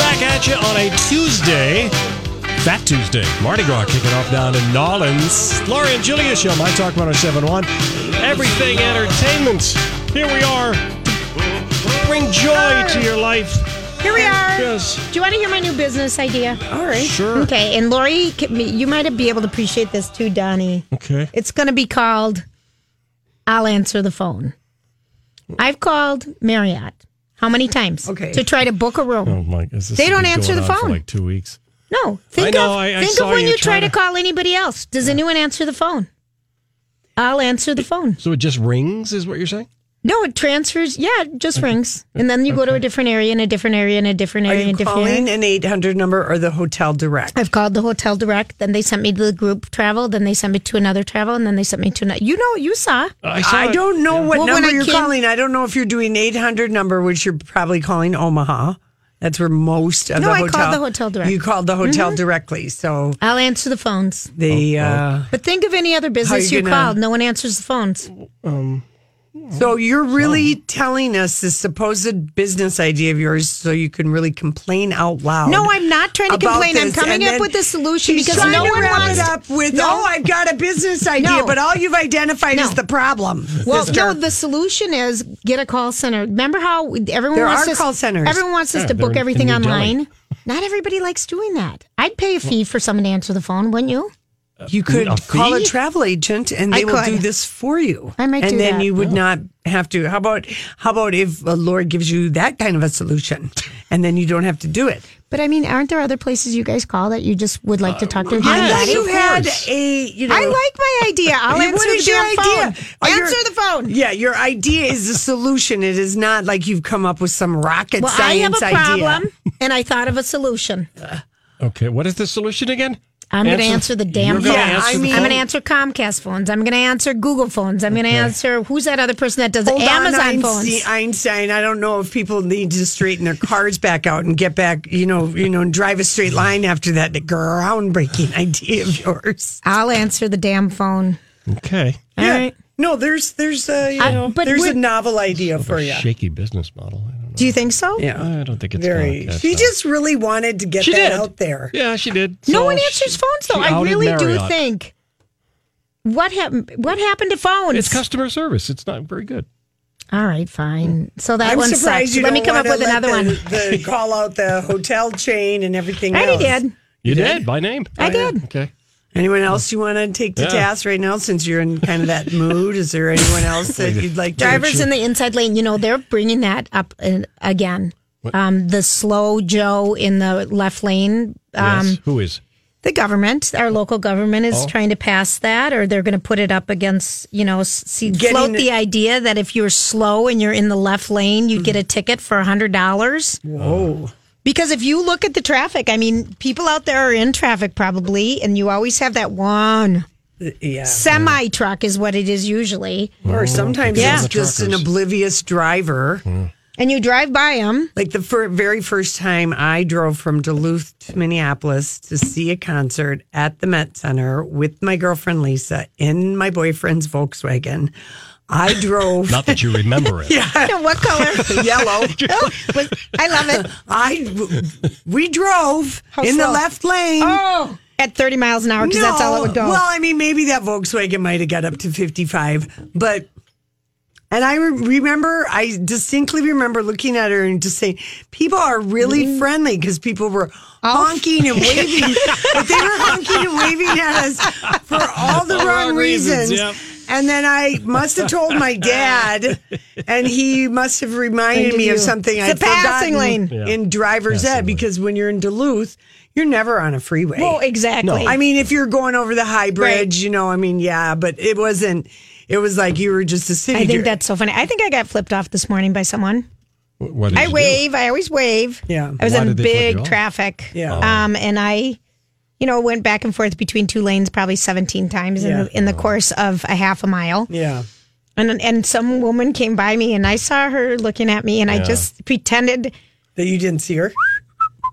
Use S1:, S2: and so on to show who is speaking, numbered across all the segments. S1: Back at you on a Tuesday. Fat Tuesday. Mardi Gras kicking off down in Nolens. Laurie and Julia show, My Talk 1071. Everything Entertainment. Here we are. Bring joy to your life.
S2: Here we are.
S1: Yes.
S2: Do you want to hear my new business idea? All right.
S1: Sure.
S2: Okay. And Lori, can- you might be able to appreciate this too, Donnie.
S1: Okay.
S2: It's going to be called I'll Answer the Phone. I've called Marriott how many times?
S3: Okay.
S2: To try to book a room.
S1: Oh, my. Is this
S2: They don't
S1: been
S2: answer
S1: going
S2: the
S1: on for
S2: phone.
S1: like two weeks.
S2: No. Think
S1: know,
S2: of,
S1: I- I
S2: think
S1: saw
S2: of when
S1: you
S2: you
S1: try
S2: try to
S1: to-
S2: call anybody else. Does anyone answer the phone? I'll answer the phone.
S1: So it just rings, is what you're saying?
S2: No, it transfers. Yeah, it just rings. And then you go to a different area and a different area and a different
S3: Are
S2: area
S3: you
S2: and different area.
S3: calling an 800 number or the hotel direct?
S2: I've called the hotel direct. Then they sent me to the group travel. Then they sent me to another travel, and then they sent me to another. You know, you saw.
S1: I, saw
S3: I
S1: it.
S3: don't know what
S2: Well, when
S3: number
S2: I
S3: you're
S2: came-
S3: calling. I don't know if you're doing 800 number, which you're probably calling Omaha. That's where most of
S2: No,
S3: the
S2: I
S3: hotel.
S2: called the hotel direct. Mm-hmm.
S3: You called the hotel directly, so
S2: I'll answer the phones.
S3: the uh,
S2: But think of any other business
S3: you
S2: you,
S3: gonna-
S2: called. No one answers the phones.
S3: so you're really telling us this supposed business idea of yours, so you can really complain out loud.
S2: No, I'm not trying to
S3: about
S2: complain. I'm
S3: this.
S2: coming
S3: And
S2: up
S3: then
S2: with a solution
S3: she's
S2: because
S3: trying
S2: no
S3: to
S2: one
S3: wrap
S2: wants-
S3: it up with.
S2: No.
S3: Oh, I've got a business idea,
S2: No.
S3: but all you've identified
S2: No.
S3: is the problem.
S2: Well,
S3: sister.
S2: no, the solution is get a call center. Remember how everyone
S3: There
S2: wants
S3: are
S2: us,
S3: call centers.
S2: Everyone wants us
S1: Yeah,
S2: to
S1: they're
S2: book
S1: in
S2: everything
S1: New Delhi.
S2: online. Not everybody likes doing that. I'd pay a fee for someone to answer the phone, wouldn't you?
S3: You could
S1: a
S3: call a
S1: fee?
S3: travel agent and
S2: I
S3: they will
S2: could.
S3: do this for you.
S2: I might
S3: And
S2: do
S3: then
S2: that.
S3: you would not have to. How about how about if a Lord gives you that kind of a solution and then you don't have to do it?
S2: But I mean, aren't there other places you guys call that you just would like to talk to?
S3: Unless
S2: anybody?
S3: you
S1: of
S3: had
S1: course.
S3: a you know
S2: I like my idea. I'll
S3: Yeah,
S2: answer
S3: what
S2: the
S3: is your
S2: damn phone.
S3: idea? Are your-
S2: Answer the phone.
S3: Yeah, your idea is the solution. It is not like you've come up with some rocket
S2: Well, I have a
S3: science
S2: problem,
S3: idea.
S2: and I thought of a solution.
S1: Okay. What is the solution again?
S2: I'm going to answer the damn
S1: You're
S2: phone.
S1: gonna
S3: Yeah,
S1: answer
S3: I
S1: the
S3: mean-
S2: I'm
S1: phone?
S2: going to answer Comcast phones. I'm going to answer Google phones. I'm going to answer who's that other person that does
S3: Hold
S2: Amazon
S3: on,
S2: phones?
S3: Einstein, Einstein. I don't know if people need to straighten their cars back out and get back, you know, you know, and drive a straight line after that groundbreaking idea of yours.
S2: I'll answer the damn phone.
S1: Okay.
S2: All
S3: Yeah.
S2: right.
S3: No, there's there's a you
S2: I-
S3: know
S2: but
S3: there's a
S2: would-
S3: novel idea for you.
S1: Shaky business model. I don't know.
S2: Do you think so?
S3: Yeah.
S1: I don't think it's
S3: Very.
S1: gonna catch
S3: She
S1: on.
S3: just really wanted to get
S1: She
S3: that
S1: did.
S3: out there.
S1: Yeah, she did.
S2: No
S1: So
S2: one
S1: she-
S2: answers phones though.
S1: she
S2: I
S1: outed
S2: really do
S1: Marriott.
S2: think. What happened? What happened to phones?
S1: it's customer service. It's not very good.
S2: All right, fine. So that
S3: I'm
S2: one
S3: surprised
S2: sucks.
S3: you
S2: Let me
S3: don't
S2: come up
S3: wanna
S2: with another
S3: let
S2: one.
S3: the, The call out the hotel chain and everything.
S2: I
S3: else.
S2: did.
S1: You did, by name.
S2: I did.
S1: Oh, Okay.
S3: Anyone else you want to take to
S1: Yeah.
S3: task right now? Since you're in kind of that mood, is there anyone else that you'd like to?
S2: drivers in the inside lane you know they're bringing that up uh, again um the slow joe in the left lane um
S1: yes. Who is?
S2: the government our local government
S3: Oh.
S2: is trying to pass that or they're going to put it up against you know s- see
S3: Getting
S2: float
S3: the-
S2: the idea that if you're slow and you're in the left lane you'd get a ticket for a hundred dollars
S3: Whoa.
S2: because if you look at the traffic i mean people out there are in traffic probably and you always have that one
S3: Yeah.
S2: semi truck is what it is usually
S3: Or sometimes
S2: Yeah.
S3: it's
S2: The Hmm.
S3: just an
S1: truckers.
S3: oblivious driver.
S2: and you drive by them
S3: Like the fir- very first time I drove from Duluth to Minneapolis to see a concert at the Met Center with my girlfriend Lisa in my boyfriend's Volkswagen, I drove
S1: Not that you remember it. yeah.
S2: what color
S3: yellow.
S2: Oh, was- I love it.
S3: I we drove
S2: How
S3: in the
S2: slow.
S3: left lane.
S2: Oh, at 30 miles an hour because that's all it would go.
S3: Well, I mean, maybe that Volkswagen might have got up to 55, but And I re- remember, I distinctly remember looking at her and just saying, people are
S2: Mm-hmm.
S3: really friendly because people were
S2: Oh.
S3: honking and waving. but they were honking and waving at us for all the
S1: All
S3: wrong,
S1: wrong reasons,
S3: reasons.
S1: yep.
S3: And then I must have told my dad, and he must have reminded
S2: Thank
S3: me
S2: you.
S3: of something
S2: It's
S3: I'd
S2: a passing
S3: forgotten
S2: lane.
S1: Yeah.
S3: in driver's
S1: Passing lane.
S3: ed because when you're in Duluth, you're never on a freeway.
S2: Well, exactly.
S3: I mean, if you're going over the high bridge,
S2: Right.
S3: you know, I mean, yeah, but it wasn't. It was like you were just a city.
S2: I
S3: dri-
S2: think that's so funny. I think I got flipped off this morning by someone.
S1: Wh- What did
S2: I
S1: you do?
S2: wave. I always wave.
S3: Yeah.
S2: I was
S1: Why
S2: in
S1: did they flip you
S2: big
S1: off? Oh.
S2: traffic.
S3: Yeah.
S2: Um, and I, you know, went back and forth between two lanes probably 17 times
S3: Yeah.
S2: in, the, in the course of a half a mile.
S3: yeah.
S2: And and some woman came by me and I saw her looking at me and I just pretended
S3: That you didn't see her.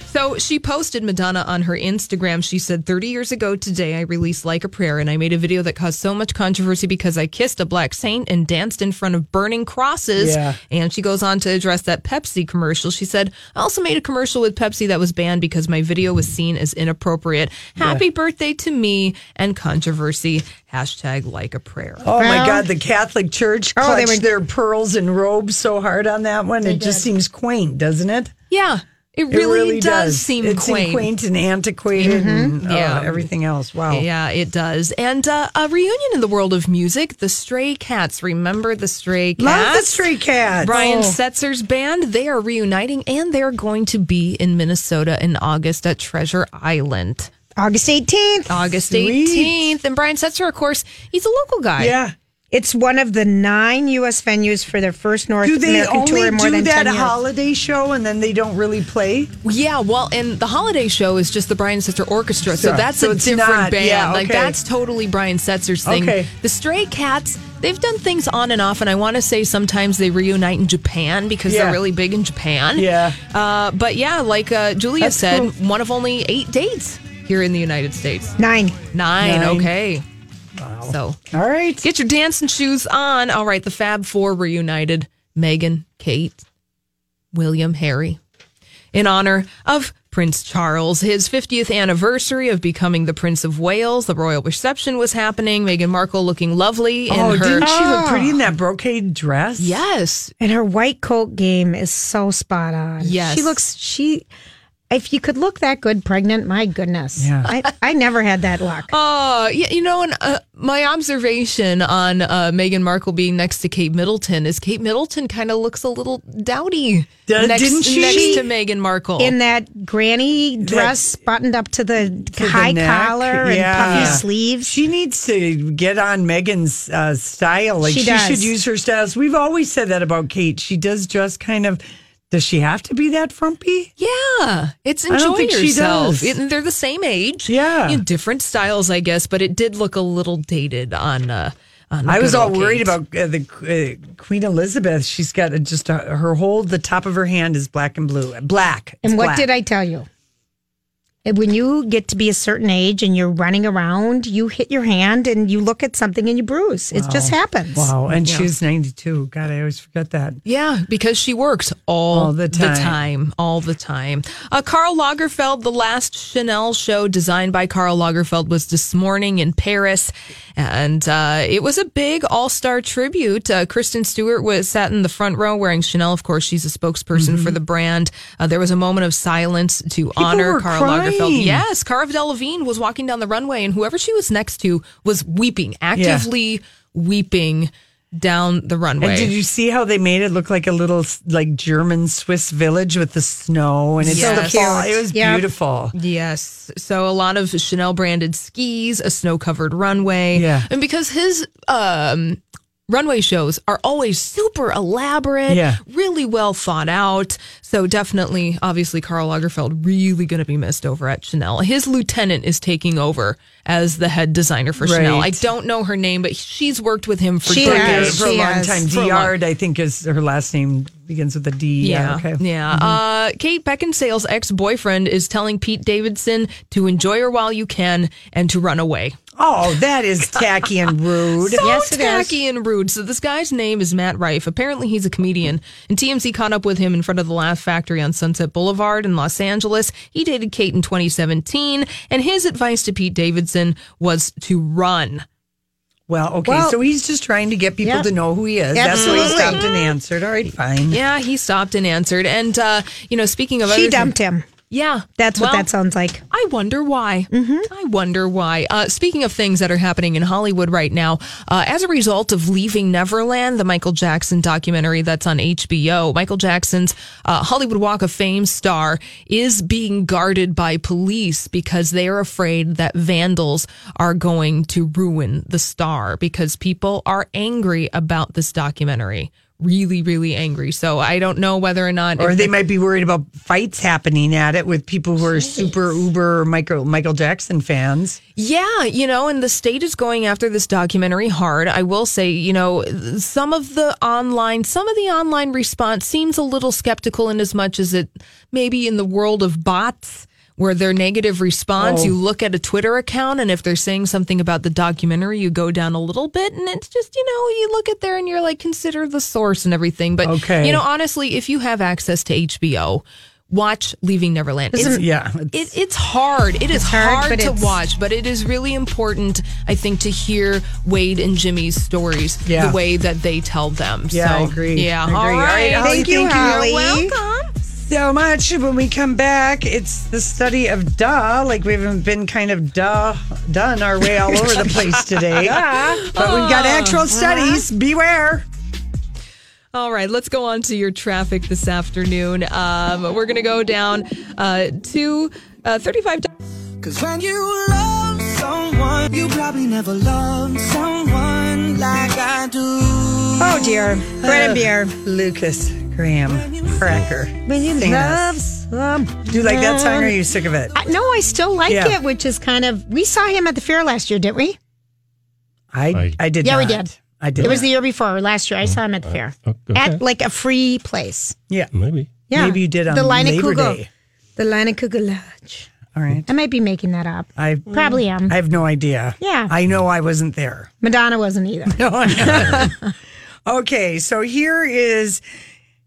S4: So she posted Madonna on her Instagram. She said, 30 years ago today, I released Like a Prayer, and I made a video that caused so much controversy because I kissed a black saint and danced in front of burning crosses.
S3: Yeah.
S4: And she goes on to address that Pepsi commercial. She said, I also made a commercial with Pepsi that was banned because my video was seen as inappropriate. Happy birthday to me and controversy. Hashtag Like a Prayer.
S3: Oh my
S2: Well-
S3: God, the Catholic Church
S2: Oh, they
S3: clutched
S2: were-
S3: their pearls and robes so hard on that one. It just seems quaint, doesn't it?
S4: Yeah. It
S3: It
S4: really, does, seem
S3: It seemed
S4: quaint.
S3: quaint and
S2: Mm-hmm.
S3: antiquated and uh,
S4: Yeah.
S3: everything else. Wow.
S4: Yeah, it does. And uh, a reunion in the world of music, the Stray Cats. Remember the Stray Cats?
S3: Love the Stray Cats. Oh.
S4: Brian Setzer's band, they are reuniting and they're going to be in Minnesota in August at Treasure Island.
S2: August 18th.
S3: Uh.
S4: August
S3: Sweet.
S4: 18th. And Brian Setzer, of course, he's a local guy.
S3: Yeah.
S2: It's one of the nine U.S. venues for their first North
S3: Do they
S2: American tour
S3: only
S2: in more
S3: do
S2: than
S3: that
S2: 10 years.
S3: holiday show and then they don't really play?
S4: Yeah, well, and the holiday show is just the Brian Setzer Orchestra, so
S3: Sure.
S4: that's
S3: So
S4: a
S3: it's
S4: different
S3: not-
S4: band.
S3: yeah,
S4: Like
S3: okay.
S4: that's totally Brian Setzer's thing.
S3: Okay.
S4: The Stray Cats, they've done things on and off, and I want to say sometimes they reunite in Japan because
S3: Yeah.
S4: they're really big in Japan.
S3: Yeah.
S4: Uh, but yeah, like uh, Julia
S3: That's
S4: said,
S3: cool.
S4: one of only eight dates here in the United States.
S2: Nine.
S4: Nine.
S3: Nine.
S4: Okay. So
S3: All right.
S4: get your dancing shoes on. All right, the Fab Four reunited: Megan, Kate, William, Harry, in honor of Prince Charles, his 50th anniversary of becoming the Prince of Wales. The royal reception was happening. Meghan Markle looking lovely in
S3: Oh,
S4: her.
S3: didn't she look pretty in
S2: Ah.
S3: that brocade dress?
S4: Yes,
S2: And her white coat game is so spot on.
S4: Yes.
S2: She looks, she, if you could look that good pregnant, my goodness.
S3: Yeah.
S2: I, I never had that luck.
S4: Uh, yeah, you know, and uh, my observation on uh, Meghan Markle being next to Kate Middleton is Kate Middleton kind of looks a little dowdy
S3: D-
S4: next,
S3: didn't she?
S4: next to Meghan Markle.
S3: Oh.
S2: in that granny dress buttoned up to the
S3: the
S2: high
S3: neck,
S2: collar and
S3: yeah.
S2: puffy sleeves.
S3: She needs to get on Megan's uh, style. Like
S2: She
S3: she,
S2: does.
S3: should use her styles. We've always said that about Kate. She does dress kind of. Does she have to be that frumpy?
S4: yeah, it's enjoy
S3: don't think she
S4: yourself.
S3: does.
S4: It- they're the same age.
S3: Yeah.
S4: You know, different styles, I guess, but it did look a little dated on. Uh, on
S3: I
S4: good
S3: was all
S4: old
S3: worried
S4: Kate.
S3: about uh, the uh, Queen Elizabeth. She's got a, just a, her whole the top of her hand is black and blue. Black. It's
S2: and what
S3: black.
S2: did I tell you? And When you get to be a certain age and you're running around, you hit your hand and you look at something and you bruise. It just happens.
S3: Wow, and she was ninety two. God, I always forget that.
S4: Yeah, because she works all,
S3: All the time.
S4: time, all the time. Uh, Karl Lagerfeld, the last Chanel show designed by Karl Lagerfeld was this morning in Paris, and uh, it was a big all-star tribute. Uh, Kristen Stewart was sat in the front row wearing Chanel. Of course, she's a spokesperson
S3: Mm-hmm.
S4: for the brand. Uh, there was a moment of silence to honor
S3: were
S4: Karl
S3: crying.
S4: Lagerfeld. Yes, Cara Delevingne was walking down the runway, and whoever she was next to was weeping, actively weeping down the runway.
S3: And did you see how they made it look like a little like German Swiss village with the snow and it's
S4: So
S3: the
S4: cute.
S3: fall. It was
S2: Yeah.
S3: beautiful.
S4: Yes. So a lot of Chanel branded skis, a snow covered runway.
S3: Yeah.
S4: And because his um, runway shows are always super elaborate,
S3: Yeah.
S4: really well thought out. So definitely, obviously, Karl Lagerfeld really going to be missed over at Chanel. His lieutenant is taking over as the head designer for Chanel.
S3: Right.
S4: I don't know her name, but she's worked with him for
S2: She
S4: decades.
S2: has.
S3: for a
S2: she
S3: long
S2: has.
S3: time.
S4: For a long-
S3: Diard, I think, is her last name. begins with a D.
S4: Yeah.
S3: Okay.
S4: Yeah.
S2: Mm-hmm.
S4: Uh, Kate Beckinsale's ex boyfriend is telling Pete Davidson to enjoy her while you can and to run away.
S3: Oh, that is tacky and rude.
S4: So
S2: Yes, it is.
S4: tacky and rude. So this guy's name is Matt Rife. Apparently, he's a comedian, and TMZ caught up with him in front of the Laugh Factory on Sunset Boulevard in Los Angeles. He dated Kate in 2017, and his advice to Pete Davidson was to run.
S3: Well, okay.
S2: Well-
S3: so he's just trying to get people
S2: Yeah.
S3: to know who he is. That's why he
S2: Absolutely.
S3: stopped and answered. All right, fine.
S4: Yeah, he stopped and answered. And uh, you know, speaking of
S2: She
S4: other
S2: dumped him.
S4: Yeah,
S2: That's what
S4: Well,
S2: that sounds like.
S4: I wonder why.
S3: Mm-hmm.
S4: I wonder why. Uh, speaking of things that are happening in Hollywood right now, uh, as a result of leaving Neverland, the Michael Jackson documentary that's on HBO, Michael Jackson's uh, Hollywood Walk of Fame star is being guarded by police because they are afraid that vandals are going to ruin the star because people are angry about this documentary. Really, really angry. So I don't know whether or not.
S3: Or
S4: if
S3: they might be worried about fights happening at it with people who are super uber Michael Michael Jackson fans.
S4: Yeah, you know, and the state is going after this documentary hard. I will say, you know, some of the online, some of the online response seems a little skeptical in as much as it maybe in the world of bots where their negative response, you look at a Twitter account and if they're saying something about the documentary, you go down a little bit and it's just, you know, you look at there and you're like, consider the source and everything. But,
S3: Okay.
S4: you know, honestly, if you have access to HBO, watch Leaving Neverland. It's-
S3: Yeah.
S4: it, it's hard. It is
S2: hard,
S4: hard,
S2: but
S4: to
S2: it's-
S4: watch, but it is really important, I think, to hear Wade and Jimmy's stories
S3: Yeah.
S4: the way that they tell them.
S3: Yeah,
S4: so,
S3: I agree.
S4: Yeah,
S3: I agree.
S4: all
S3: All right,
S4: right.
S3: Holly, Thank you, thank you. Holly.
S4: You're welcome.
S3: so much. When we come back, it's the study of duh. Like we haven't been kind of duh done our way all over the place today. But we've got
S2: Uh-huh.
S3: actual studies. Beware.
S4: All right, let's go on to your traffic this afternoon. Um, we're going to go down uh, to uh, 35.
S5: Cause when you love someone, you probably never love someone like I do.
S2: Oh dear, bread and beer.
S3: Lucas Graham Cracker.
S2: When you
S3: Sing
S2: love
S3: us. Do you like that song or are you sick of it?
S2: I, no, I still like
S3: Yeah.
S2: it, which is kind of. We saw him at the fair last year, didn't we?
S3: I, I did
S2: Yeah, we
S3: not.
S2: did.
S3: I did.
S2: It was the year before, or last year. I saw him at the fair
S1: okay.
S2: at like a free place.
S3: yeah.
S1: Maybe.
S2: Yeah,
S3: Maybe you did on
S2: the line of
S3: Labor
S2: Kugel.
S3: Day.
S2: The line of Kugel Lodge.
S3: All right.
S2: I might be making that up.
S3: I
S2: Probably am.
S3: I have no idea.
S2: Yeah.
S3: I know I wasn't there.
S2: Madonna wasn't either.
S3: No, I know. okay, so here is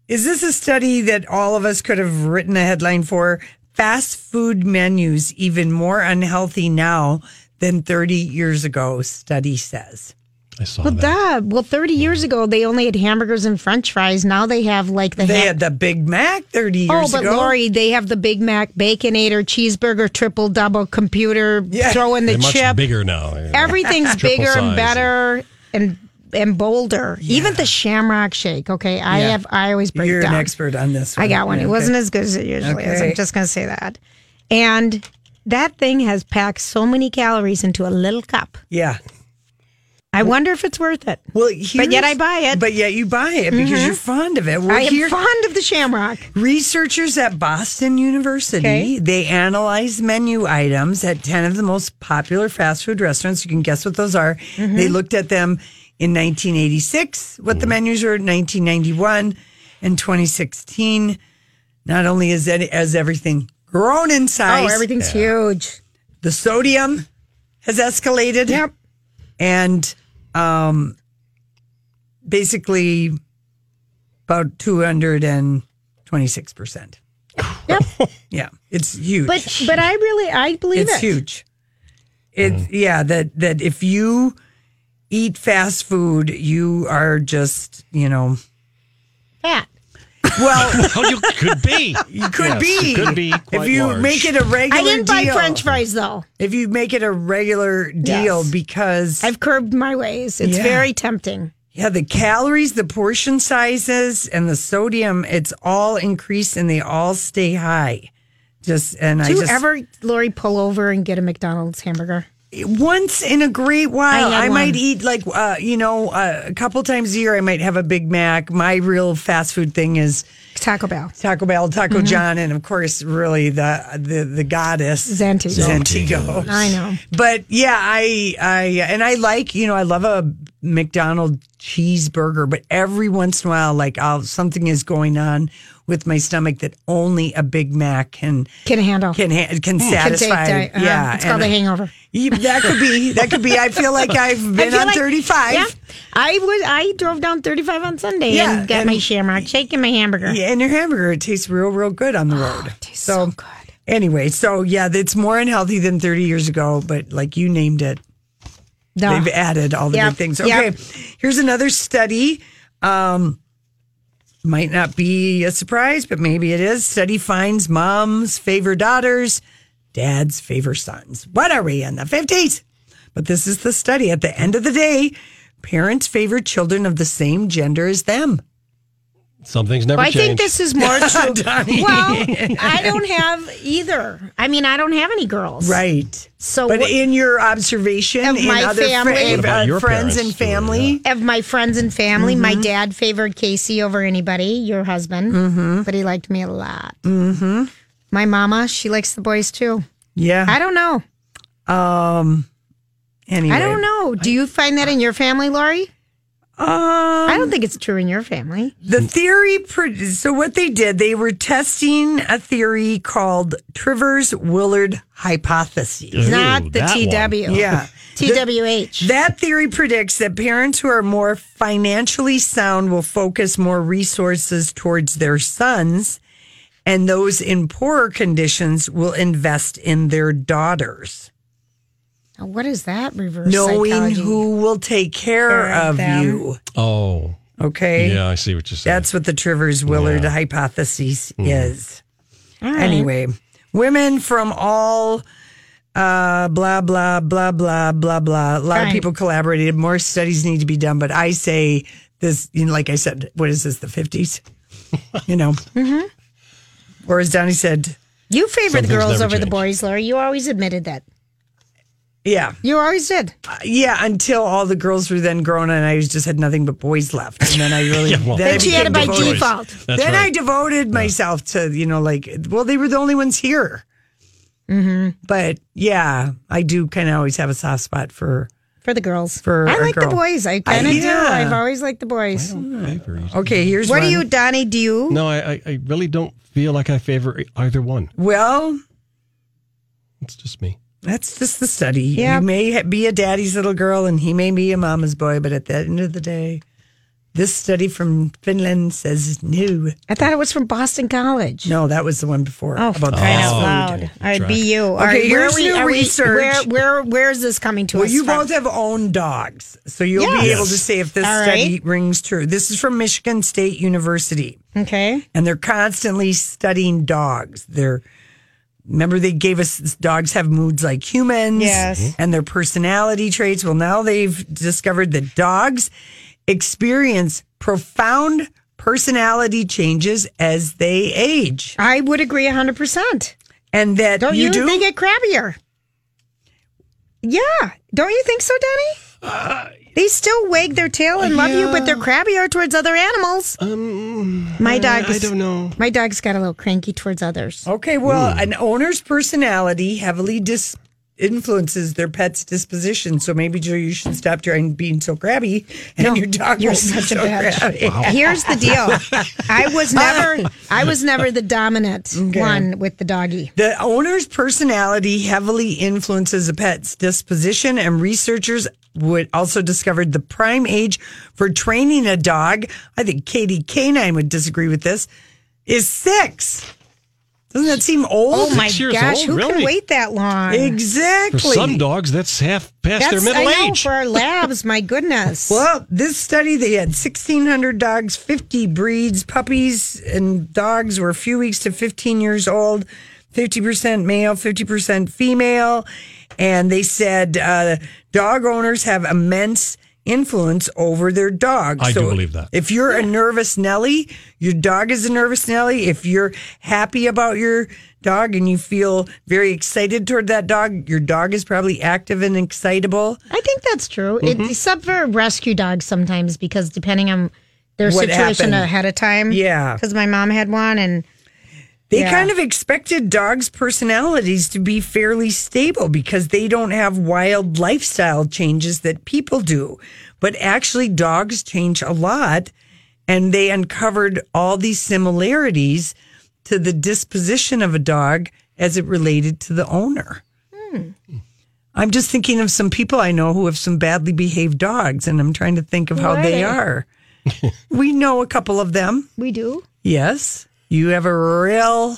S3: is this a study that all of us could have written a headline for? Fast food menus even more unhealthy now than 30 years ago, study says.
S1: I saw
S2: Well,
S1: that.
S2: duh. Well, 30 years ago, they only had hamburgers and french fries. Now they have like the
S3: They
S2: ha-
S3: had the Big Mac 30 years
S2: Oh, but
S3: ago.
S2: Lori, they have the Big Mac, Baconator, Cheeseburger, Triple Double, computer,
S3: Yeah.
S2: throw in the
S1: They're much
S2: chip.
S1: bigger now. you know.
S2: Everything's
S1: Triple
S2: bigger and
S1: size.
S2: better and and bolder. Even the Shamrock Shake. Okay, I
S3: Yeah.
S2: have. I always break
S3: You're
S2: down.
S3: an expert on this one.
S2: I got one.
S3: Yeah,
S2: It
S3: okay.
S2: wasn't as good as it usually is.
S3: Okay.
S2: I'm just gonna say that. And that thing has packed so many calories into a little cup.
S3: Yeah.
S2: I wonder if it's worth it.
S3: Well,
S2: but yet
S3: here's-
S2: I buy it. Mm-hmm.
S3: But yet you buy it because you're fond of it. Well,
S2: I am
S3: here-
S2: fond of the Shamrock.
S3: Researchers at Boston University,
S2: Okay.
S3: they analyzed menu items at 10 of the most popular fast food restaurants. You can guess what those are.
S2: Mm-hmm.
S3: They looked at them in 1986, what the menus were in 1991 and 2016. Not only is that as everything grown in size,
S2: Oh, everything's huge.
S3: the sodium has escalated.
S2: Yep.
S3: And um, basically about 226%.
S2: Yep.
S3: Yeah, it's huge.
S2: But but I really I believe
S3: it's
S2: it.
S3: huge. It's
S1: Mm.
S3: yeah, that that if you eat fast food, you are just, you know,
S2: Fat.
S3: well,
S1: Oh, you could be.
S3: you
S1: Yes,
S3: could be.
S1: you could be
S3: if
S1: quite
S3: you
S1: large.
S3: make it a regular
S2: I didn't buy
S3: deal.
S2: French fries though.
S3: If you make it a regular deal
S2: Yes.
S3: because
S2: I've curbed my ways. It's
S3: Yeah.
S2: very tempting.
S3: Yeah, the calories, the portion sizes, and the sodium, it's all increased and they all stay high. Just and I
S2: Do you
S3: just
S2: ever, Lori, pull over and get a McDonald's hamburger?
S3: once in a great
S2: I
S3: while
S2: had
S3: I, might
S2: one.
S3: eat like uh, you know uh, a couple times a year I might have a Big Mac. My real fast food thing is
S2: Taco Bell.
S3: Taco Bell, Taco
S2: Mm-hmm.
S3: John, and of course really the the the goddess
S2: Zanti.
S3: Zantigo.
S2: I know.
S3: But yeah, I I and I like you know I love a McDonald cheeseburger, but every once in a while, like I'll, something is going on with my stomach that only a Big Mac can
S2: Can handle.
S3: can ha- can
S2: Hmm. Can take
S3: satisfy.
S2: di- uh,
S3: yeah,
S2: It's called a
S3: and-
S2: hangover.
S3: Yeah, that could be. That could be. I feel like I've
S2: I
S3: been
S2: feel
S3: on
S2: like-
S3: thirty five.
S2: Yeah, I was. I drove down 35 on Sunday
S3: Yeah,
S2: and got
S3: and-
S2: my shamrock shake and my hamburger.
S3: Yeah, and your hamburger it tastes real, real good
S2: Oh,
S3: on the road. tastes so, good. Anyway, so yeah, it's more unhealthy than 30 years ago, but like you named it,
S2: Duh.
S3: they've added all the
S2: Yep,
S3: big things. Okay,
S2: yep.
S3: here's another study. Um, might not be a surprise, but maybe it is. Study finds moms favor daughters, dads favor sons. What are we in the 50s? But this is the study. At the end of the day, parents favor children of the same gender as them.
S1: Some things never
S2: Well, I
S1: change.
S2: think this is more true.
S3: Donnie.
S2: well, I don't have either. I mean, I don't have any girls.
S3: Right.
S2: So
S3: but
S2: what-
S3: in your observation,
S2: Of
S3: in
S2: my
S3: other fri-
S2: family? What
S1: about
S3: uh,
S1: your
S3: friends
S1: parents
S3: and
S1: who were,
S3: family,
S2: Of my friends and family, my
S3: Mm-hmm.
S2: dad favored Casey over anybody, your husband,
S3: Mm-hmm.
S2: but he liked me a lot. Mm-hmm. My mama, she likes the boys too.
S3: yeah.
S2: I don't know.
S3: anyway,
S2: I don't know. Do you find that in your family, Lori?
S3: Um,
S2: I don't think it's true in your family.
S3: the theory. pro- So what they did, they were testing a theory called Trivers Willard hypothesis.
S1: Ooh,
S2: Not the
S1: that one.
S2: TW.
S3: Yeah.
S2: TWH.
S3: That theory predicts that parents who are more financially sound will focus more resources towards their sons, and those in poorer conditions will invest in their daughters.
S2: Now, what is that reverse
S3: knowing
S2: psychology?
S3: who will take care,
S2: Care of
S3: of
S2: them.
S3: you.
S1: Oh,
S3: Okay.
S1: yeah, I see what you're saying.
S3: That's what the Trivers Willard hypothesis is.
S2: All right.
S3: Anyway, women from all uh, blah, blah, blah, blah, blah, blah. A lot of
S2: Right.
S3: people collaborated. More studies need to be done, but I say this, you know, like I said, what is this, the 50s? you know? Or as Donnie said,
S2: You favored the
S1: Some things
S2: girls
S1: never
S2: over the
S1: change.
S2: boys, Lori. You always admitted that.
S3: yeah,
S2: You always did.
S3: yeah, until all the girls were then grown and I just had nothing but boys left. And then I really,
S1: Yeah, well,
S3: then I
S2: Then she had
S3: became
S2: it by
S3: devoted.
S1: Choice.
S2: default.
S1: That's
S3: then I
S1: right.
S3: devoted myself to, you know, like, well, they were the only ones here. Mm-hmm. But yeah, I do kind of always have a soft spot for.
S2: For the girls.
S3: For
S2: I
S3: a
S2: like
S3: girl.
S2: the boys. I kind
S3: I-
S2: of
S3: yeah.
S2: do. I've always liked the boys.
S1: Favor each-
S3: Okay, here's
S2: What do
S3: one.
S2: you, Donnie? Do you?
S1: No, I, I- I really don't feel like I favor e, either one.
S3: Well,
S1: It's just me.
S3: that's just the study.
S2: Yeah.
S3: You may ha- be a daddy's little girl and he may be a mama's boy, but at the end of the day, this study from Finland says no.
S2: I thought it was from Boston College.
S3: No, that was the one before.
S2: Oh, for
S3: about
S2: crying out
S1: Oh,
S2: loud.
S1: okay.
S2: All right, be you. All
S3: Okay,
S2: right,
S3: here's new research.
S2: where, where, where is this coming to
S3: Well,
S2: us?
S3: you
S2: from?
S3: both have owned dogs, so you'll be
S2: Yes.
S3: able to say if this
S2: All
S3: study
S2: right.
S3: rings true. This is from Michigan State University.
S2: Okay.
S3: and they're constantly studying dogs. They're remember they gave us dogs have moods like humans,
S2: Yes. Mhm.
S3: and their personality traits. Well, now they've discovered that dogs experience profound personality changes as they age,
S2: I would agree 100%.
S3: and that
S2: Don't you,
S3: you, do.
S2: think it crabbier? Yeah. Don't you think so, Donnie?
S3: Uh,
S2: they still wag their tail and love you, but they're crabbier towards other animals.
S1: Um,
S2: My
S1: I-
S2: dog
S1: I
S2: is-
S1: don't know.
S2: My dog's got a little cranky towards others.
S3: okay, well, an owner's personality heavily dis. Influences their pet's disposition, so maybe Joe, you should stop trying being so crabby, and your dog
S2: you're
S3: won't be
S2: such a
S3: so
S2: bad-
S3: crabby.
S2: Here's the deal. I was never I was never the dominant one with the doggy.
S3: The owner's personality heavily influences a pet's disposition, and researchers would also discovered the prime age for training a dog. I think Katie Canine would disagree with this. Is six? Doesn't that seem old?
S2: Oh my
S1: Six years
S2: gosh,
S1: old,
S2: who can
S1: really?
S2: wait that long?
S1: For
S3: exactly.
S1: some dogs, that's half past their
S2: I
S1: middle
S2: know
S1: age.
S2: for our labs, my goodness.
S3: Well, this study, they had 1,600 dogs, 50 breeds. Puppies and dogs were a few weeks to 15 years old, 50% male, 50% female. And they said uh, dog owners have immense influence over their dogs.
S1: I do believe that.
S3: If you're a nervous Nelly, your dog is a nervous Nelly. If you're happy about your dog and you feel very excited toward that dog, your dog is probably active and excitable.
S2: I think that's true.
S3: Mm-hmm.
S2: It, except for rescue dogs sometimes, because depending on their
S3: What
S2: situation
S3: happened?
S2: ahead of time.
S3: Yeah.
S2: Because my mom had one and
S3: They
S2: Yeah.
S3: kind of expected dogs' personalities to be fairly stable because they don't have wild lifestyle changes that people do. But actually, dogs change a lot, and they uncovered all these similarities to the disposition of a dog as it related to the owner. I'm just thinking of some people I know who have some badly behaved dogs, and I'm trying to think of how
S2: Who are
S3: they
S2: they?
S3: are. we know a couple of them.
S2: We do.
S3: Yes. You have a real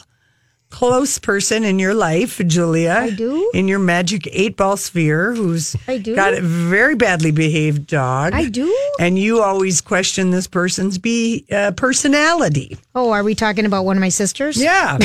S3: close person in your life, Julia. I
S2: do?
S3: In your magic eight ball sphere, who's
S2: I do?
S3: got a very badly behaved dog.
S2: I do?
S3: And you always question this person's be uh, personality.
S2: Oh, are we talking about one of my sisters?
S3: Yeah.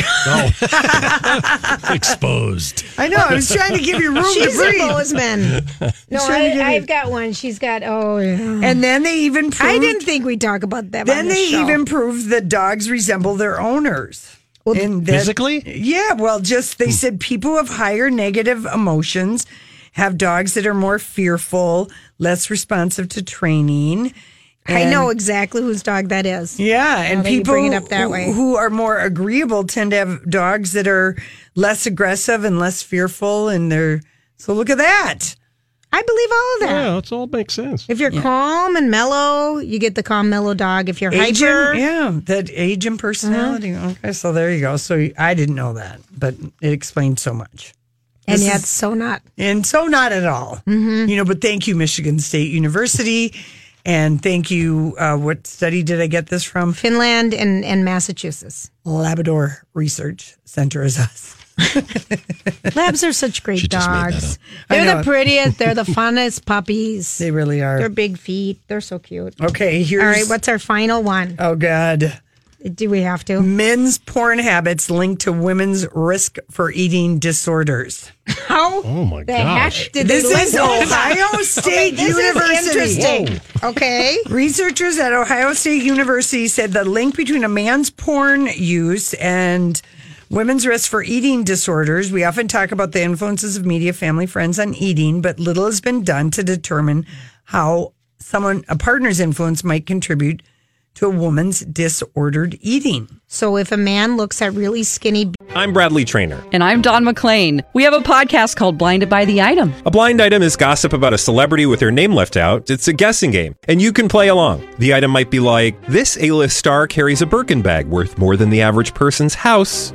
S1: Exposed.
S3: I know. I was trying to give you room to
S2: She's a
S3: breathe.
S2: Bozeman. No,
S3: trying to
S2: I,
S3: get
S2: I've
S3: it.
S2: got one. She's got, oh, yeah.
S3: And then they even proved,
S2: I didn't think we'd talk about that.
S3: then they even proved that dogs resemble their owners. Well, Hmm. and that-
S1: Physically?
S3: Yeah, well, just they said people of higher negative emotions have dogs that are more fearful, less responsive to training.
S2: I
S3: and-
S2: know exactly whose dog that is.
S3: Yeah, and
S2: that you
S3: people
S2: bring it up that
S3: who,
S2: way.
S3: who are more agreeable tend to have dogs that are less aggressive and less fearful, and they're so look at that.
S2: I believe all of that.
S1: Yeah, that's all makes sense.
S2: If you're calm and mellow, you get the calm, mellow dog. If you're
S3: Age
S2: hyper, Uh-huh.
S3: and- yeah, that age and personality. Okay, so there you go. So I didn't know that, but it explained so much.
S2: and
S3: This
S2: yet
S3: is-
S2: so not.
S3: And so, not at all. You know, but thank you, Michigan State University. And thank you. Uh, what study did I get this from?
S2: Finland and, and Massachusetts.
S3: Labrador Research Center is us.
S2: Labs are such great
S6: She just made that
S2: dogs.
S6: up.
S3: I
S2: They're
S3: know.
S2: the prettiest. They're the funnest puppies.
S3: They really
S2: Their
S3: are.
S2: big feet. They're so cute.
S3: Okay, here's.
S2: All right, what's our final one?
S3: Oh, God.
S2: Do we have to?
S3: Men's porn habits linked to women's risk for eating disorders.
S2: How?
S1: Oh, my
S2: the
S1: gosh.
S2: Heck did
S3: This
S2: they
S3: is
S2: link all
S3: Ohio State
S2: this
S3: University.
S2: Is interesting. Okay.
S3: Researchers at Ohio State University said the link between a man's porn use and women's risk for eating disorders. We often talk about the influences of media, family, friends on eating, but little has been done to determine how someone, a partner's influence might contribute to a woman's disordered eating.
S2: So if a man looks at really skinny
S7: I'm Bradley Trainer.
S8: And I'm Don McClain. We have a podcast called Blinded by the Item.
S7: A blind item is gossip about a celebrity with their name left out. It's a guessing game, and you can play along. The item might be like this: A-list star carries a Birkin bag worth more than the average person's house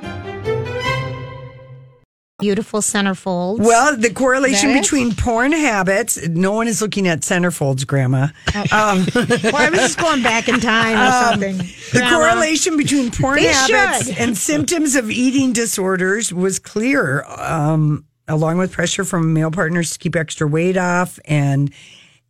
S2: beautiful centerfolds.
S3: Well, the correlation
S2: Is that it?
S3: between porn habits, no one is looking at centerfolds, Grandma. Um,
S2: Or I was just going back in time or something.
S3: The
S2: Grandma.
S3: correlation between porn
S2: They
S3: habits
S2: should.
S3: and symptoms of eating disorders was clear, um, along with pressure from male partners to keep extra weight off. And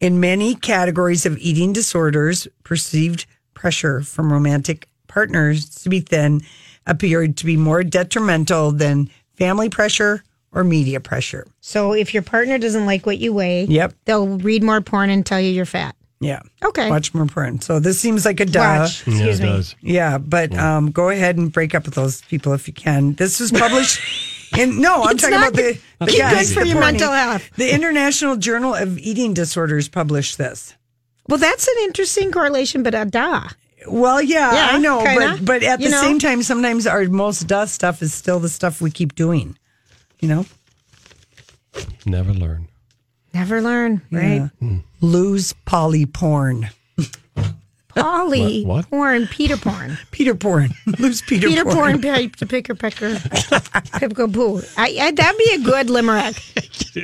S3: in many categories of eating disorders, perceived pressure from romantic partners to be thin appeared to be more detrimental than family pressure or media pressure.
S2: So if your partner doesn't like what you weigh,
S3: Yep.
S2: they'll read more porn and tell you you're fat.
S3: Yeah.
S2: Okay.
S3: Watch more porn. So this seems like a duh.
S2: Watch.
S1: Yeah,
S2: Excuse
S1: it
S2: me.
S1: does.
S3: Yeah, but um, go ahead and break up with those people if you can. This was published in no, I'm
S2: It's
S3: talking
S2: not
S3: about the
S2: good-
S3: the
S2: good
S3: guys,
S2: for
S3: the
S2: your
S3: porny.
S2: mental health.
S3: The International Journal of Eating Disorders published this.
S2: Well, that's an interesting correlation, but uh, a da.
S3: Well, yeah,
S2: Yeah,
S3: I know,
S2: kinda.
S3: but but at
S2: You
S3: the
S2: know?
S3: same time, sometimes our most dust stuff is still the stuff we keep doing. You know,
S1: Never learn.
S2: Never learn,
S3: Uh,
S2: right?
S3: lose poly porn,
S2: Polly
S1: What- what?
S2: porn, Peter porn,
S3: Peter porn, lose Peter,
S2: Peter
S3: porn.
S2: porn, pipe to picker pecker, pip go poo. I, I, that'd be a good limerick.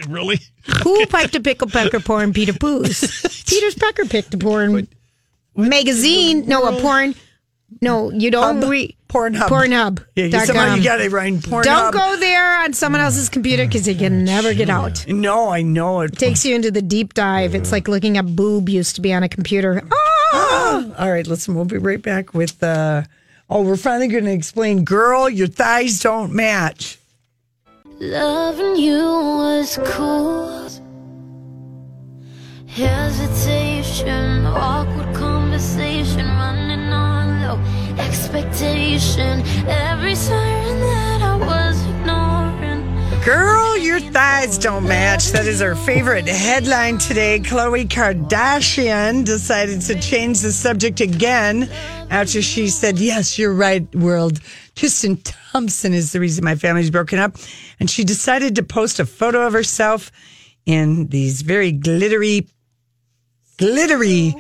S1: really?
S2: Who piped a pickle pecker porn Peter Poos? Peter's pecker picked a porn magazine. No, a porn. No, you don't read
S3: Pornhub.
S2: Oh, Pornhub.
S3: Yeah,
S2: dot
S3: somehow
S2: com.
S3: you got it right. Pornhub.
S2: Don't go there on someone else's computer because you can never get out.
S3: No, I know it.
S2: Takes you into the deep dive. It's like looking up boob used to be on a computer. Oh,
S3: All right, listen, we'll be right back with. Uh, oh, we're finally going to explain, girl, your thighs don't match.
S5: Loving you was cool. Hesitation, awkward conversation, running on low expectation. Every sign that I was ignoring.
S3: Girl, your thighs don't match. That is our favorite headline today. Khloe Kardashian decided to change the subject again after she said, Yes, you're right, world. Tristan Thompson is the reason my family's broken up. And she decided to post a photo of herself in these very glittery, glittery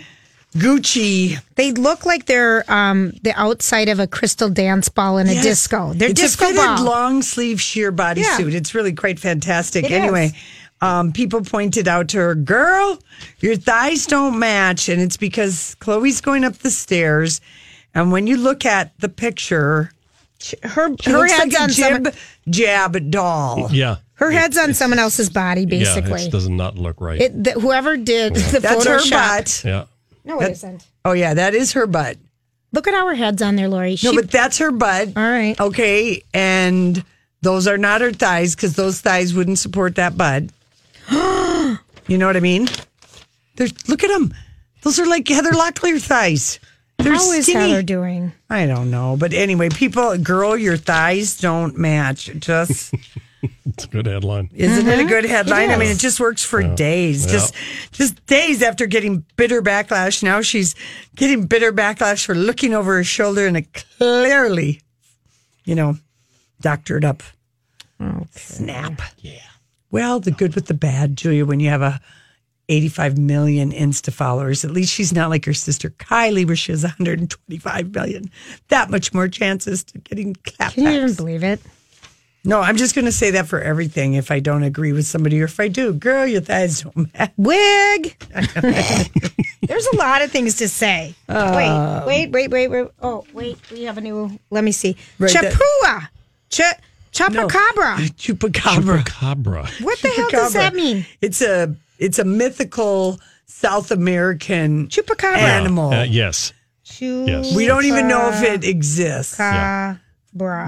S3: Gucci.
S2: They look like they're um, the outside of a crystal dance ball in a
S3: Yes.
S2: disco. They're
S3: it's
S2: disco
S3: a fitted
S2: ball.
S3: long sleeve sheer bodysuit.
S2: Yeah.
S3: It's really quite fantastic.
S2: It
S3: anyway,
S2: is.
S3: um, people pointed out to her, "Girl, your thighs don't match," and it's because Chloe's going up the stairs, and when you look at the picture,
S2: her
S3: she
S2: her
S3: looks
S2: head's
S3: like
S2: on
S3: a
S2: some,
S3: jib jab doll.
S1: Yeah.
S2: her head's on someone else's body,
S1: Yeah,
S2: basically.
S1: it does not look right.
S2: it, th- whoever did the
S3: That's her
S2: Photoshop.
S3: butt.
S1: yeah.
S2: No, it
S3: That-
S2: isn't.
S3: Oh yeah, that is her butt.
S2: Look at our heads on there, Lori.
S3: No,
S2: She-
S3: but that's her butt.
S2: all right.
S3: Okay, and those are not her thighs because those thighs wouldn't support that butt. you know what I mean? They're, look at them. Those are like Heather Locklear thighs. They're
S2: How is
S3: skinny.
S2: Heather doing?
S3: I don't know, but anyway, people, girl, your thighs don't match. Just
S1: It's a good headline.
S3: isn't it a
S2: Uh-huh.
S3: good headline? I mean, it just works for days.
S1: Yeah.
S3: Just just days after getting bitter backlash. Now she's getting bitter backlash for looking over her shoulder in a clearly, you know, doctored up snap. Yeah. Well, the good with the bad, Julia, when you have a 85 million Insta followers, at least she's not like her sister Kylie, where she has 125 million. That much more chances to getting clapped.
S2: Can you even believe it?
S3: No, I'm just going to say that for everything if I don't agree with somebody or if I do. Girl, your thighs don't match.
S2: Wig. There's a lot of things to say.
S3: Um,
S2: wait, wait, wait, wait, wait. Oh, wait. We have a new. Let me see.
S3: Right, that-
S2: Chapua. Ch- Chupacabra.
S3: Chupacabra.
S1: Cabra.
S2: What the hell does
S3: Chupacabra.
S2: that mean?
S3: It's a it's a mythical South American
S2: Chupacabra.
S3: animal.
S1: Uh, yes. Yes.
S3: We don't even know if it exists.
S2: Chupacabra.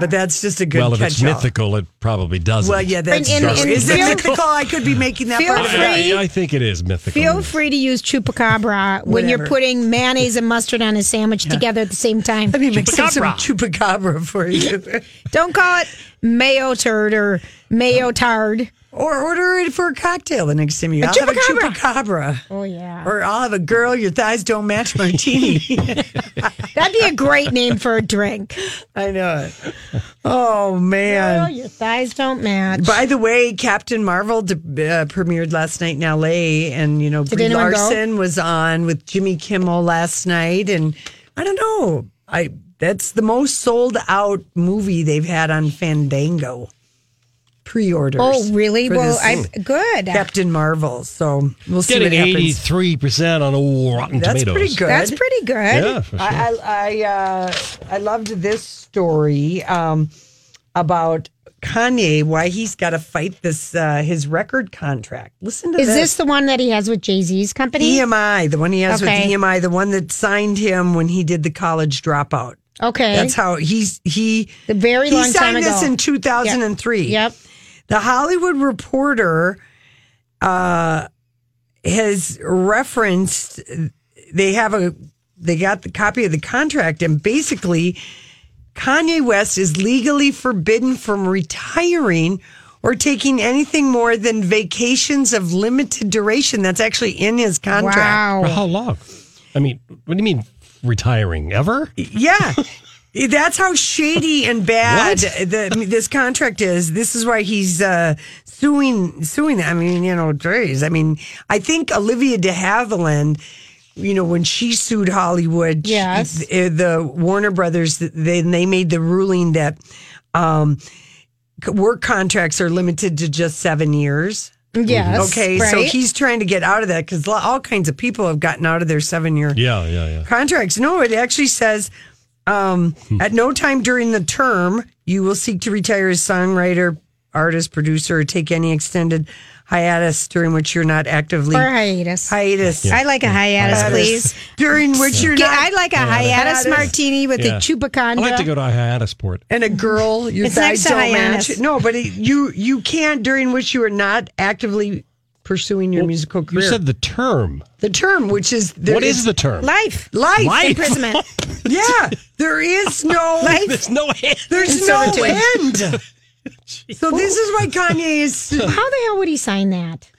S3: But that's just a good
S1: well, if it's
S3: catch-all.
S1: mythical, it probably doesn't.
S3: Well, yeah, that's
S2: in-
S3: true.
S2: in-
S3: Is it
S2: feel-
S3: mythical? I could be making that
S2: Feel
S3: part of it.
S2: free.
S1: I, I think it is mythical.
S2: Feel free to use chupacabra when you're
S3: Whatever.
S2: putting mayonnaise and mustard on a sandwich together at the same time.
S3: Let me make some, some chupacabra for you.
S2: Don't call it mayo turd or mayo tard.
S3: or order it for a cocktail the next time you
S2: A
S3: I'll have a
S2: chupacabra.
S3: chupacabra.
S2: Oh, yeah.
S3: Or I'll have a girl, your thighs don't match martini.
S2: That'd be a great name for a drink.
S3: I know it. Oh man.
S2: Oh, your thighs don't match.
S3: By the way, Captain Marvel d- uh, premiered last night in L.A. and you know Brie
S2: anyone go?
S3: Larson was on with Jimmy Kimmel last night, and I don't know. I that's the most sold out movie they've had on Fandango pre-orders.
S2: oh, really?
S3: for
S2: Well,
S3: this
S2: I good.
S3: Captain Marvel. So we'll see
S1: Getting
S3: what happens.
S1: 83% on all Rotten
S3: That's
S1: Tomatoes.
S3: pretty good.
S2: That's pretty good.
S1: Yeah, for sure.
S3: I I I, uh, I loved this story um, about Kanye why he's got to fight this uh, his record contract. Listen to
S2: Is
S3: this. E
S2: this the one that he has with Jay Z's company?
S3: EMI, the one he has
S2: Okay.
S3: with EMI, the one that signed him when he did the college dropout.
S2: Okay.
S3: That's how he's he
S2: The very
S3: he
S2: long time
S3: signed this
S2: ago.
S3: in 2003.
S2: Yep.
S3: The Hollywood Reporter uh, has referenced they have a they got the copy of the contract and basically Kanye West is legally forbidden from retiring or taking anything more than vacations of limited duration. That's actually in his contract.
S1: For
S2: Wow.
S1: how long? I mean, what do you mean retiring? Ever?
S3: Yeah. That's how shady and bad
S1: What?
S3: the, this contract is. This is why he's uh, suing. Suing. I mean, you know, geez. I mean, I think Olivia De Havilland. You know, when she sued Hollywood, she-
S2: Yes.
S3: uh, the Warner Brothers, then they made the ruling that um, c- work contracts are limited to just seven years.
S2: Yes.
S3: Mm-hmm. Okay,
S2: Right?
S3: so he's trying to get out of that because all kinds of people have gotten out of their seven year
S1: Yeah, yeah, yeah.
S3: contracts. No, it actually says um,
S1: Hmm.
S3: at no time during the term you will seek to retire as songwriter, artist, producer, or take any extended hiatus during which you're not actively
S2: or hiatus.
S3: hiatus.
S2: I like a hiatus, please.
S3: During which you're
S2: Get-
S3: not.
S2: I like a hiatus,
S3: Hiatus.
S2: martini with
S1: Yeah.
S2: a chupacabra.
S1: I like to go to a hiatus port.
S3: and a girl, your
S2: It's next
S3: thighs
S2: to
S3: don't
S2: hiatus.
S3: match. No, but it, you you can't during which you are not actively pursuing your musical
S1: You
S3: career.
S1: said the term.
S3: the term, which is there
S1: what is the term?
S2: Life.
S3: life?
S1: Life.
S2: Imprisonment.
S3: Yeah, there is no
S1: There's no end.
S3: There's
S2: And
S3: no
S2: servitude.
S3: end. So this is why Kanye is.
S2: How the hell would he sign that?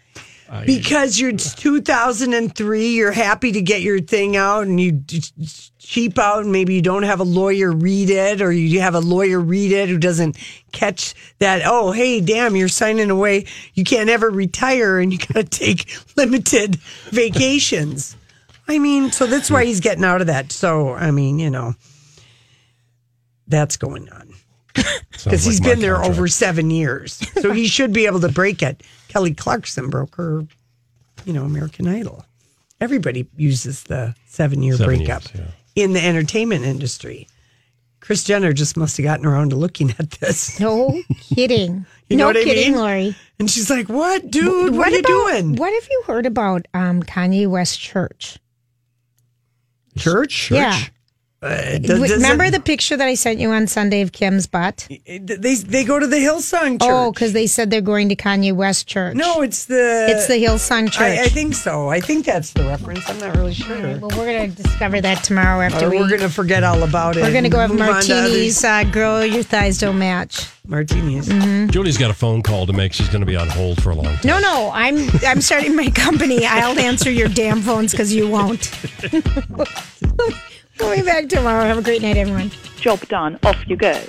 S3: Because you're it's 2003, you're happy to get your thing out and you d- cheap out, and maybe you don't have a lawyer read it, or you have a lawyer read it who doesn't catch that. Oh, hey, damn, you're signing away. You can't ever retire, and you got to take limited vacations. I mean, so that's why he's getting out of that. So, I mean, you know, that's going on because he's been there over seven years. So he should be able to break it. Kelly Clarkson broke her, you know, American Idol. Everybody uses the seven year
S1: Seven
S3: breakup
S1: years,
S3: in the entertainment industry. Chris Jenner just must have gotten around to looking at this.
S2: No kidding.
S3: You
S2: no
S3: know what I
S2: kidding,
S3: mean?
S2: Lori.
S3: And she's like, What, dude? What, are you
S2: about-
S3: doing?
S2: What have you heard about um, Kanye West Church?
S3: Church?
S2: Yeah.
S3: Uh, does- does
S2: Remember
S3: it-
S2: the picture that I sent you on Sunday of Kim's butt?
S3: They, they go to the Hillsong Church.
S2: Oh, because they said they're going to Kanye West Church.
S3: No, it's the.
S2: it's the Hillsong Church.
S3: I, I think so. I think that's the reference. I'm not really sure.
S2: well, we're going to discover that tomorrow after
S3: Or
S2: we.
S3: Uh, we're going to forget all about it.
S2: we're going to go have
S3: and move on to other
S2: martinis. Uh, girl, your thighs don't match.
S3: Martinis.
S2: Mm.
S1: Julie's got a phone call to make. She's going to be on hold for a long time.
S2: No, no, I'm I'm starting my company. I'll answer your damn phones because you won't. we'll be back tomorrow. Have a great night, everyone.
S9: Job done. Off you go.